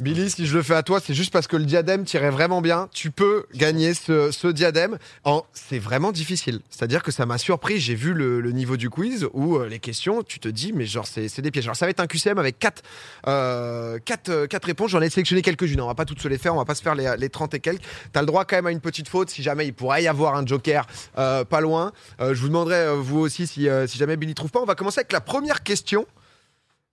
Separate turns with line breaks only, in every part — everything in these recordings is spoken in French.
Billy, si je le fais à toi, c'est juste parce que le diadème tirait vraiment bien. Tu peux gagner ce, ce diadème. En... C'est vraiment difficile. C'est-à-dire que ça m'a surpris. J'ai vu le, le niveau du quiz où euh, les questions, tu te dis, mais genre, c'est c'est des pièges. Alors, ça va être un QCM avec euh, 4, réponses. J'en ai sélectionné quelques-unes. On va pas toutes se les faire. On va pas se faire les, les 30 et quelques. Tu as le droit quand même à une petite faute si jamais il pourrait y avoir un joker euh, pas loin. Euh, je vous demanderai, euh, vous aussi, si, euh, si jamais Billy trouve pas. On va commencer avec la première question.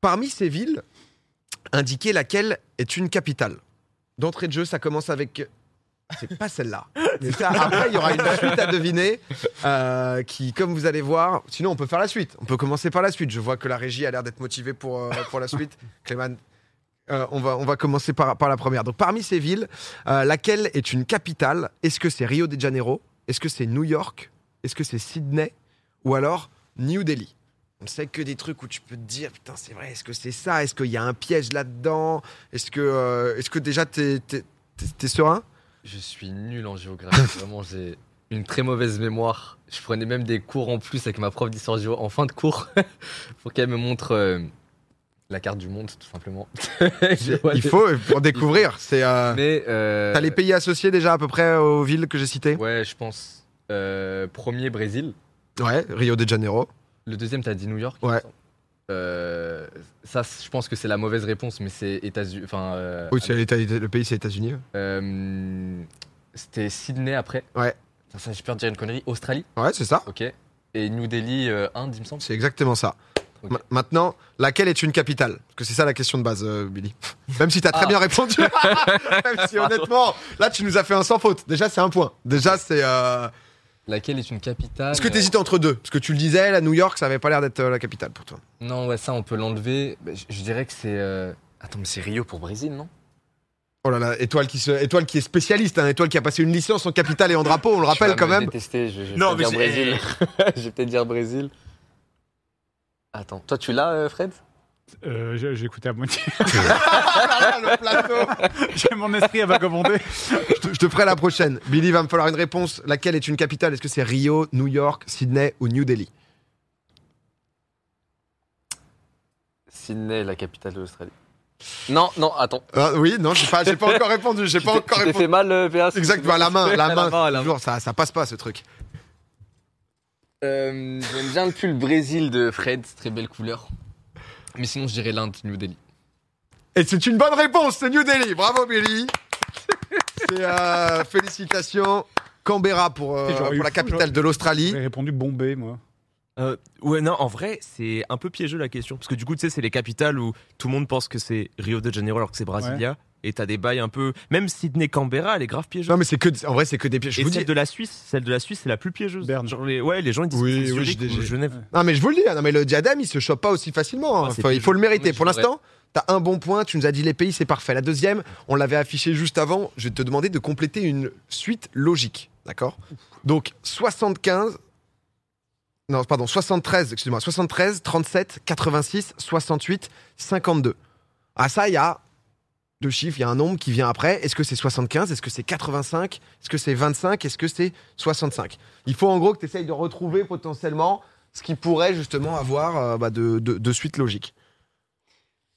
Parmi ces villes, indiquez laquelle est une capitale. D'entrée de jeu, ça commence avec. C'est pas celle-là. Mais ça, après, il y aura une suite à deviner euh, qui, comme vous allez voir, sinon on peut faire la suite. On peut commencer par la suite. Je vois que la régie a l'air d'être motivée pour, euh, pour la suite. Clément, euh, on, va, on va commencer par, par la première. Donc, parmi ces villes, euh, laquelle est une capitale Est-ce que c'est Rio de Janeiro Est-ce que c'est New York Est-ce que c'est Sydney Ou alors New Delhi on ne sait que des trucs où tu peux te dire putain c'est vrai est-ce que c'est ça est-ce qu'il y a un piège là-dedans est-ce que euh, est-ce que déjà t'es t'es- t'es- t'es serein
Je suis nul en géographie. Vraiment, j'ai une très mauvaise mémoire. Je prenais même des cours en plus avec ma prof d'histoire géo en fin de cours pour qu'elle me montre euh, la carte du monde, tout simplement. Je vois
il
des-
faut euh, pour découvrir c'est euh,
Mais. euh,
T'as les pays hein. associés déjà à peu près aux villes que j'ai citées
Ouais, je pense. Euh, premier, Brésil.
Ouais, Rio de Janeiro.
Le deuxième, t'as dit New York. il me
Ouais.
semble. Euh, ça, je pense que c'est la mauvaise réponse, mais c'est États-Unis. Enfin. euh,
Oui, c'est l'État- le pays, c'est les États-Unis.
euh, C'était Sydney après.
Ouais.
Putain, Ça, j'ai peur de dire une connerie. Australie,
Ouais, c'est ça.
ok. Et New Delhi, euh, Inde, il me semble.
C'est exactement ça.
Ok.
Ma- Maintenant, laquelle est une capitale Parce que c'est ça la question de base, euh, Billy. Même si t'as très
Ah.
bien répondu. Même si honnêtement, là, tu nous as fait un sans faute. Déjà, c'est un point. Déjà, c'est. euh,
Laquelle est une capitale
Est-ce que t'hésites entre deux Parce que tu le disais, la New York, ça avait pas l'air d'être euh, la capitale pour toi.
Euh, Non, ouais, ça, on peut l'enlever. Bah, je, je dirais que c'est. euh, Attends, mais c'est Rio pour Brésil, non
Oh là là, étoile qui, se... étoile qui est spécialiste, hein, étoile qui a passé une licence en capitale et en drapeau, on le rappelle quand même.
Détester, Ah, je, je vais
Non,
peut-être
mais
dire Brésil. je vais peut-être dire Brésil. Attends, toi, tu l'as, euh, Fred
Euh, j'ai- j'ai écouté à moitié.
Oh
Ah, le plateau
J'ai mon esprit à vagabonder.
Je te- je te ferai la prochaine. Billy, va me falloir une réponse. Laquelle est une capitale Est-ce que c'est Rio, New York, Sydney ou New Delhi
Sydney, la capitale de l'Australie. Non, non, attends.
Ah, Oui, non, j'ai pas, j'ai pas encore répondu. J'ai
Tu
pas
t'es-
encore
tu t'es
répondu.
fait mal, euh, PA
Exact, bah, la main, la main.
la main.
Toujours, ça, ça passe pas ce truc.
Euh, J'aime bien le pull Brésil de Fred, très belle couleur. Mais sinon, je dirais l'Inde, New Delhi.
Et c'est une bonne réponse, c'est New Delhi. Bravo Billy. C'est, euh, félicitations. Canberra pour, euh,
Et j'aurais eu
pour la
fou,
capitale
j'aurais-
de l'Australie.
J'ai répondu Bombay, moi.
Euh, ouais, non, en vrai, c'est un peu piégeux la question. Parce que du coup, tu sais, c'est les capitales où tout le monde pense que c'est Rio de Janeiro alors que c'est Brasilia. Et t'as des bails un peu. Même Sydney-Canberra, elle est grave piégeuse.
Non mais c'est que, en vrai c'est que des pièges. Je
et
vous
celle
dis.
de la Suisse, celle de la Suisse, c'est la plus piégeuse.
Berne.
Genre les... Ouais, les gens ils disent
Oui,
que c'est
oui,
Zurich
je-
ou
je-
Genève.
Non mais je vous le dis. hein. Non mais le diadème il se chope pas aussi facilement. hein.
Ah, c'est
Enfin, il faut le mériter.
Mais
Pour
je voudrais-
l'instant. T'as un bon point, tu nous as dit les pays, c'est parfait. La deuxième, on l'avait affichée juste avant, je vais te demander de compléter une suite logique, d'accord Donc 75, non pardon, 73, excuse-moi, 73, 37, 86, 68, 52. Ah ça, il y a deux chiffres, il y a un nombre qui vient après. Est-ce que c'est 75 Est-ce que c'est 85 Est-ce que c'est 25 Est-ce que c'est 65 Il faut en gros que tu essayes de retrouver potentiellement ce qui pourrait justement avoir euh, bah, de, de- de suite logique.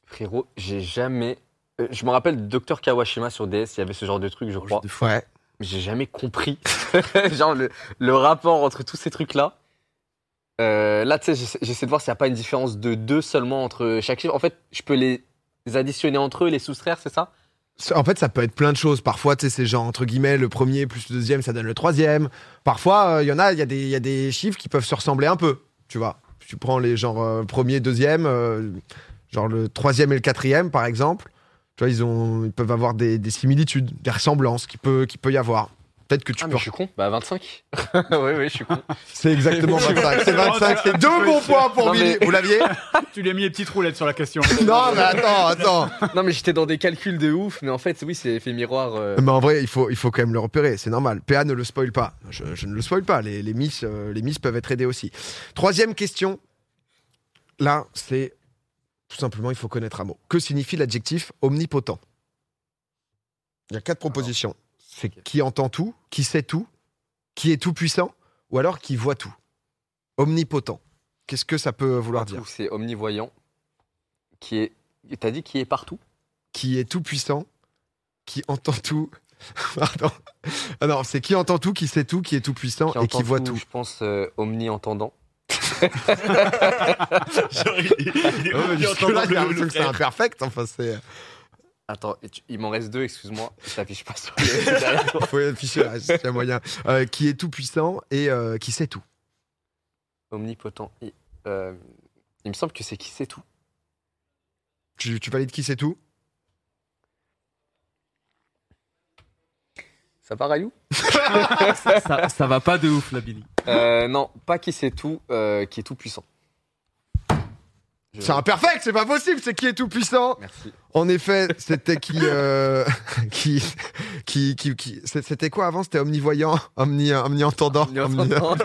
Frérot, j'ai jamais. euh, je me rappelle Docteur Kawashima sur DS, il y avait ce genre Oh, de truc,
Oh,
je crois.
Ouais.
Mais j'ai jamais compris. genre le, le rapport entre tous ces trucs-là. Euh, là, tu sais, j'essa- j'essaie de voir s'il n'y a pas une différence de deux seulement entre chaque chiffre. En fait, je peux les additionner entre eux, les soustraire, c'est ça
Ça- En fait, ça peut être plein de choses. Parfois, tu sais, c'est genre, entre guillemets, le premier plus le deuxième, ça donne le troisième. Parfois, il y en a, il y, a des- y a des chiffres qui peuvent se ressembler un peu, tu vois. Tu prends les genre euh, premier, deuxième, euh, genre le troisième et le quatrième, par exemple. Tu vois, ils, ont, ils peuvent avoir des, des similitudes, des ressemblances qu'il peut, qu'il peut y avoir. Peut-être que tu peux...
mais je suis con. Bah 25. oui, oui, je suis con.
C'est exactement 25. C'est 25, c'est deux
Non,
bons points pour
non,
Billy.
mais-
Vous l'aviez
Tu lui as mis les petites roulettes sur la question.
Non, mais attends, attends.
non, mais j'étais dans des calculs de ouf, mais en fait, oui, c'est fait miroir. euh,
Mais en vrai, il faut, il faut quand même le repérer, c'est normal. PA ne le spoil pas. Je, je ne le spoil pas. Les, les, miss, euh, les miss peuvent être aidés aussi. Troisième question. Là, c'est tout simplement, il faut connaître un mot. Que signifie l'adjectif omnipotent Il y a quatre propositions. C'est qui entend tout, qui sait tout, qui est tout puissant, ou alors qui voit tout. Omnipotent. Qu'est-ce que ça peut vouloir dire
Partout, C'est omnivoyant. Qui est. T'as dit qui est partout
qui est tout puissant, qui entend tout. Pardon. Ah non, c'est qui entend tout, qui sait tout, qui est tout puissant Oh, et
entend
qui voit tout.
Je pense euh, omni-entendant.
Ah Ouais, mais jusque-là, j'ai l'impression que c'est imperfect. Enfin, c'est. euh,
Attends, et tu- il m'en reste deux, excuse-moi. Je t'affiche pas sur le. derrière toi.
Faut afficher là, s'il y a moyen. Euh, qui est tout puissant et euh, qui sait tout.
Omnipotent. Il, euh, il me semble que c'est qui sait tout.
Tu, tu valides qui sait tout
Ça part à you
Ah, ça, ça va pas de ouf, la Billy.
Euh, Non, pas qui sait tout, euh, qui est tout puissant. Je-
C'est imperfect, c'est pas possible, c'est qui est tout puissant
Merci.
En effet, c'était qui, euh, qui, qui, qui, qui- C'était quoi avant C'était omnivoyant, omni, omni-entendant, omni-
Omni-entendant,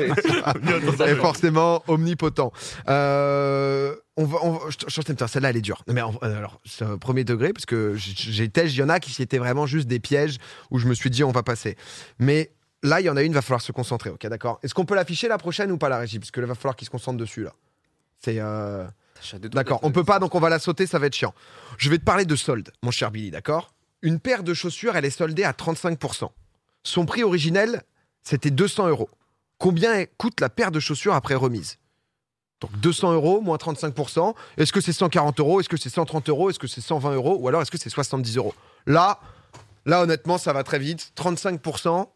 et
et-
forcément omnipotent. Euh, on va, on va- je, je- putain, celle-là, elle est dure. Non, mais en- euh, alors, c'est un premier degré, parce que j- j'étais, il y en a qui étaient vraiment juste des pièges où je me suis dit, on va passer. Mais là, il y en a une, va falloir se concentrer, ok, d'accord Est-ce qu'on peut l'afficher la prochaine ou pas la régie Parce que là, va falloir qu'ils se concentrent dessus, là. C'est. euh,
J'ai deux doutes
D'accord,
d'être-
on peut pas, donc on va la sauter, ça va être chiant. Je vais te parler de solde, mon cher Billy, d'accord Une paire de chaussures, elle est soldée à 35%. Son prix originel, c'était 200 euros. Combien coûte la paire de chaussures après remise Donc 200 euros moins 35%. Est-ce que c'est 140 euros Est-ce que c'est 130 euros Est-ce que c'est 120 euros Ou alors est-ce que c'est 70 euros Là, là honnêtement, ça va très vite. 35%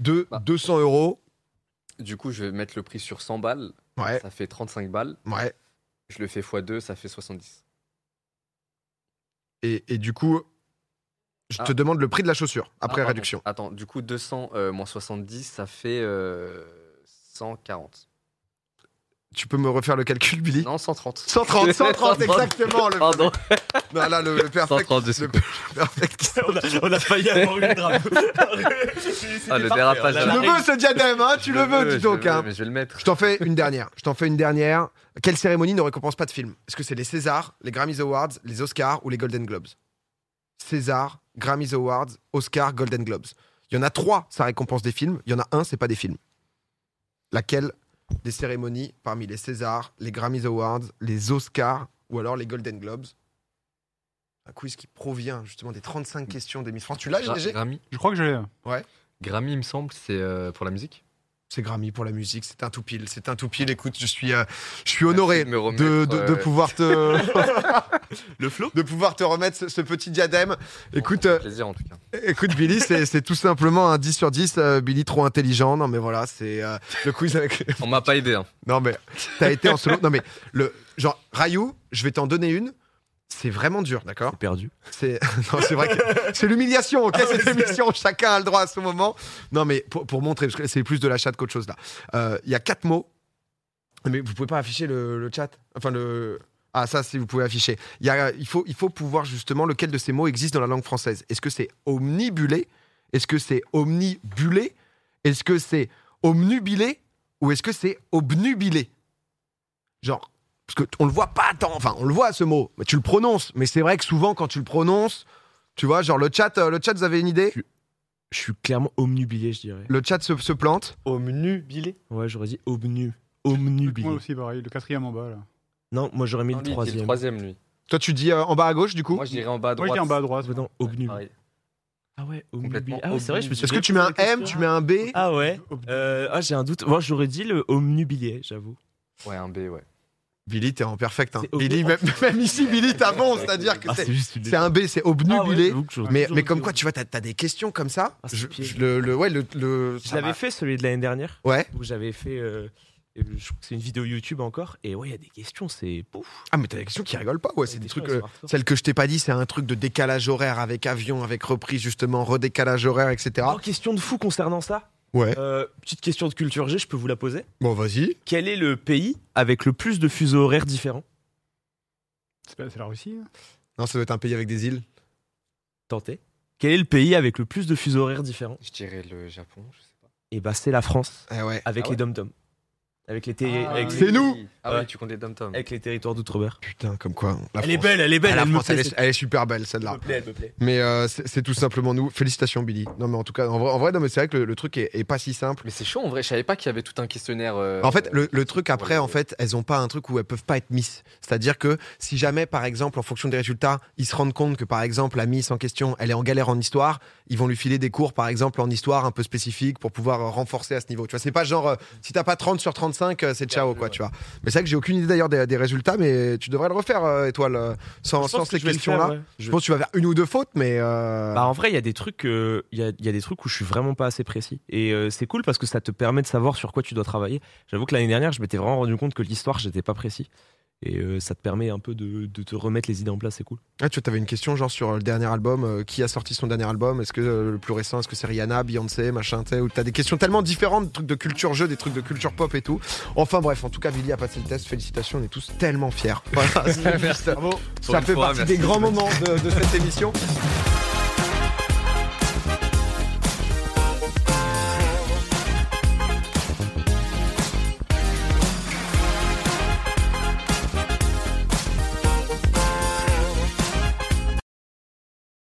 de
Bah.
200 euros.
Du coup, je vais mettre le prix sur 100 balles.
Ouais,
Ça fait 35 balles.
ouais.
Je le fais x2, ça fait 70.
Et, et du coup, je te
Ah.
demande le prix de la chaussure après
Ah, pardon.
réduction.
Attends, du coup, 200 euh, moins 70, ça fait euh, 140.
Tu peux me refaire le calcul, Billy
Non, Ah. 130.
130, 130, exactement. Le,
Pardon,
non, là, le, le perfect.
130, je
Le
suis
perfect.
on, a, on a failli avoir une drame.
Ah, le dérapage,
Tu
là.
le veux, ce diadème, hein Tu le veux, dis
je le
donc.
veux,
hein.
Mais je vais le mettre.
Je t'en fais une dernière. Je t'en fais une dernière. Quelle cérémonie ne récompense pas de film Est-ce que c'est les Césars, les Grammys Awards, les Oscars ou les Golden Globes César, Grammys Awards, Oscars, Golden Globes. Il y en a trois, ça récompense des films. Il y en a un, c'est pas des films. Laquelle des cérémonies parmi les Césars, les Grammys Awards, les Oscars ou alors les Golden Globes Un quiz qui provient justement des 35 questions des Miss France. Tu l'as,
Gra-
GG
Grammy,
Je crois que j'ai.
Grammy, il me semble, c'est euh, pour la musique.
C'est Grammy pour la musique, c'est un tout pile, c'est un tout pile. Écoute, je suis, euh, je suis honoré
Merci de me remettre,
de, de- de
euh,
pouvoir te,
Le flop
de pouvoir te remettre ce, ce petit diadème.
Bon,
Écoute,
ça fait
euh,
plaisir en tout cas.
écoute Billy, c'est c'est tout simplement un 10 sur 10. euh, Billy trop intelligent, non mais voilà, c'est euh, le quiz avec.
On m'a pas aidé. hein.
Non mais t'as été en solo. Non mais le genre Rayou, je vais t'en donner une. C'est vraiment dur, d'accord
Perdu.
c'est non, c'est vrai que c'est l'humiliation, ok Cette émission, chacun a le droit à ce moment. Non, mais pour, pour montrer, parce que c'est plus de la chat qu'autre chose là. Euh, Il y a quatre mots, mais vous pouvez pas afficher le, le chat. Enfin, le. Ah, ça, si vous pouvez afficher. Il, y a- il, faut, il faut pouvoir justement lequel de ces mots existe dans la langue française. Est-ce que c'est omnibulé Est-ce que c'est omnibulé Est-ce que c'est omnubilé Ou est-ce que c'est obnubilé Genre, parce que t- on le voit pas tant, enfin on le voit ce mot, mais tu le prononces. Mais c'est vrai que souvent quand tu le prononces, tu vois, genre le chat, euh, le chat, vous avez une idée
Je suis clairement omnubilé, je dirais.
Le chat se, se plante.
Omnubilé.
Ouais, j'aurais dit obnu.
Moi
Omnubilé.
aussi, pareil. Le quatrième en bas, là.
Non, moi j'aurais mis
Non,
le
lui, il dit le
troisième.
troisième, lui.
Toi tu dis euh, en bas à gauche du coup.
Moi, je dirais en bas à
Moi,
droite.
je dis en bas à droite.
Ouais, non, obnu.
Pareil.
Ah ouais,
Complètement
omnubilé. Ah ouais, c'est vrai, je me suis
Est-ce que
bien
tu mets un
posé la
M, tu
question.
mets un B
Ah ouais. Euh, ah, j'ai un doute. Moi, j'aurais dit le omnubilé, j'avoue.
Ouais, un B, ouais.
Billy, t'es en perfect. hein.
C'est Ah,
Billy, même, même ici, Billy, t'as bon, c'est-à-dire que c'est
juste une
c'est un B, c'est obnubilé. mais, mais
Ah, toujours
comme
dit
quoi, tu vois, t'as as des questions comme ça.
Ah, c'est
Je-
piège.
je- le, le- ouais, le, le-
Je
ça
l'avais
va.
fait celui de l'année dernière,
Ouais.
où j'avais fait. euh, euh, je crois que c'est une vidéo YouTube encore. Et ouais, il y a des questions, c'est pouf.
Ah, mais t'as des questions qui rigolent pas. Ouais, c'est
Les
des
questions,
trucs.
elles
euh,
sont hardcore.
Celle que je t'ai pas dit, c'est un truc de décalage horaire avec avion, avec reprise justement, redécalage horaire, etc.
Oh, question de fou concernant ça.
Ouais.
Euh, petite question de culture G, je peux vous la poser.
Bon, vas-y.
Quel est le pays avec le plus de fuseaux horaires différents
C'est pas- c'est la Russie. hein
Non, ça doit être un pays avec des îles.
Tentez. Quel est le pays avec le plus de fuseaux horaires différents
Je dirais le Japon, je sais pas.
Et bah, c'est la France,
Ah ouais.
avec
Ah ouais
les dom-toms. Avec les, terri-
Ah,
avec,
oui.
les-
C'est nous
Ah
Ouais.
ouais, tu comptes les dom-toms.
avec les territoires d'Outre-mer.
Putain, comme quoi. hein, La
Elle est
France.
belle, elle est belle.
Ah, la
elle me
France, elle,
plaît,
est, elle est super belle celle-là.
plaît, elle me plaît.
Mais euh, c'est c'est tout simplement nous. Félicitations Billy. Non mais en tout cas, en vrai, en vrai, non mais c'est vrai que le, le truc est, est pas si simple.
Mais c'est chaud en vrai, je savais pas qu'il y avait tout un questionnaire. euh,
En fait, le, le truc
pour
après,
les-
en fait, elles ont pas un truc où elles peuvent pas être miss. C'est-à-dire que si jamais, par exemple, en fonction des résultats, ils se rendent compte que, par exemple, la miss en question, elle est en galère en histoire, ils vont lui filer des cours, par exemple, en histoire un peu spécifiques pour pouvoir euh, renforcer à ce niveau. Tu vois, c'est pas genre, euh, si t'as pas 30 sur 35, euh, c'est ciao, quoi, tu vois. Mais c'est vrai que j'ai aucune idée d'ailleurs des, des résultats, mais tu devrais le refaire, euh, Étoile, euh, sans, sans ces questions-là. Je pense que tu vas faire une ou deux fautes, mais. euh,
Bah, en vrai, il y a des trucs, euh, il y, a, il y a des trucs où je suis vraiment pas assez précis. Et euh, c'est cool parce que ça te permet de savoir sur quoi tu dois travailler. J'avoue que l'année dernière, je m'étais vraiment rendu compte que l'histoire, j'étais pas précis. Et euh, ça te permet un peu de, de te remettre les idées en place, c'est cool.
Ah, tu avais une question genre sur le dernier album, euh, qui a sorti son dernier album Est-ce que euh, le plus récent, est-ce que c'est Rihanna, Beyoncé, machin, tu sais, ou t'as des questions tellement différentes, des trucs de culture jeu, des trucs de culture pop et tout. Enfin bref, en tout cas, Billy a passé le test, félicitations, on est tous tellement fiers. Voilà, c'est juste- euh,
Bravo.
ça fait partie des grands moments de, de cette émission.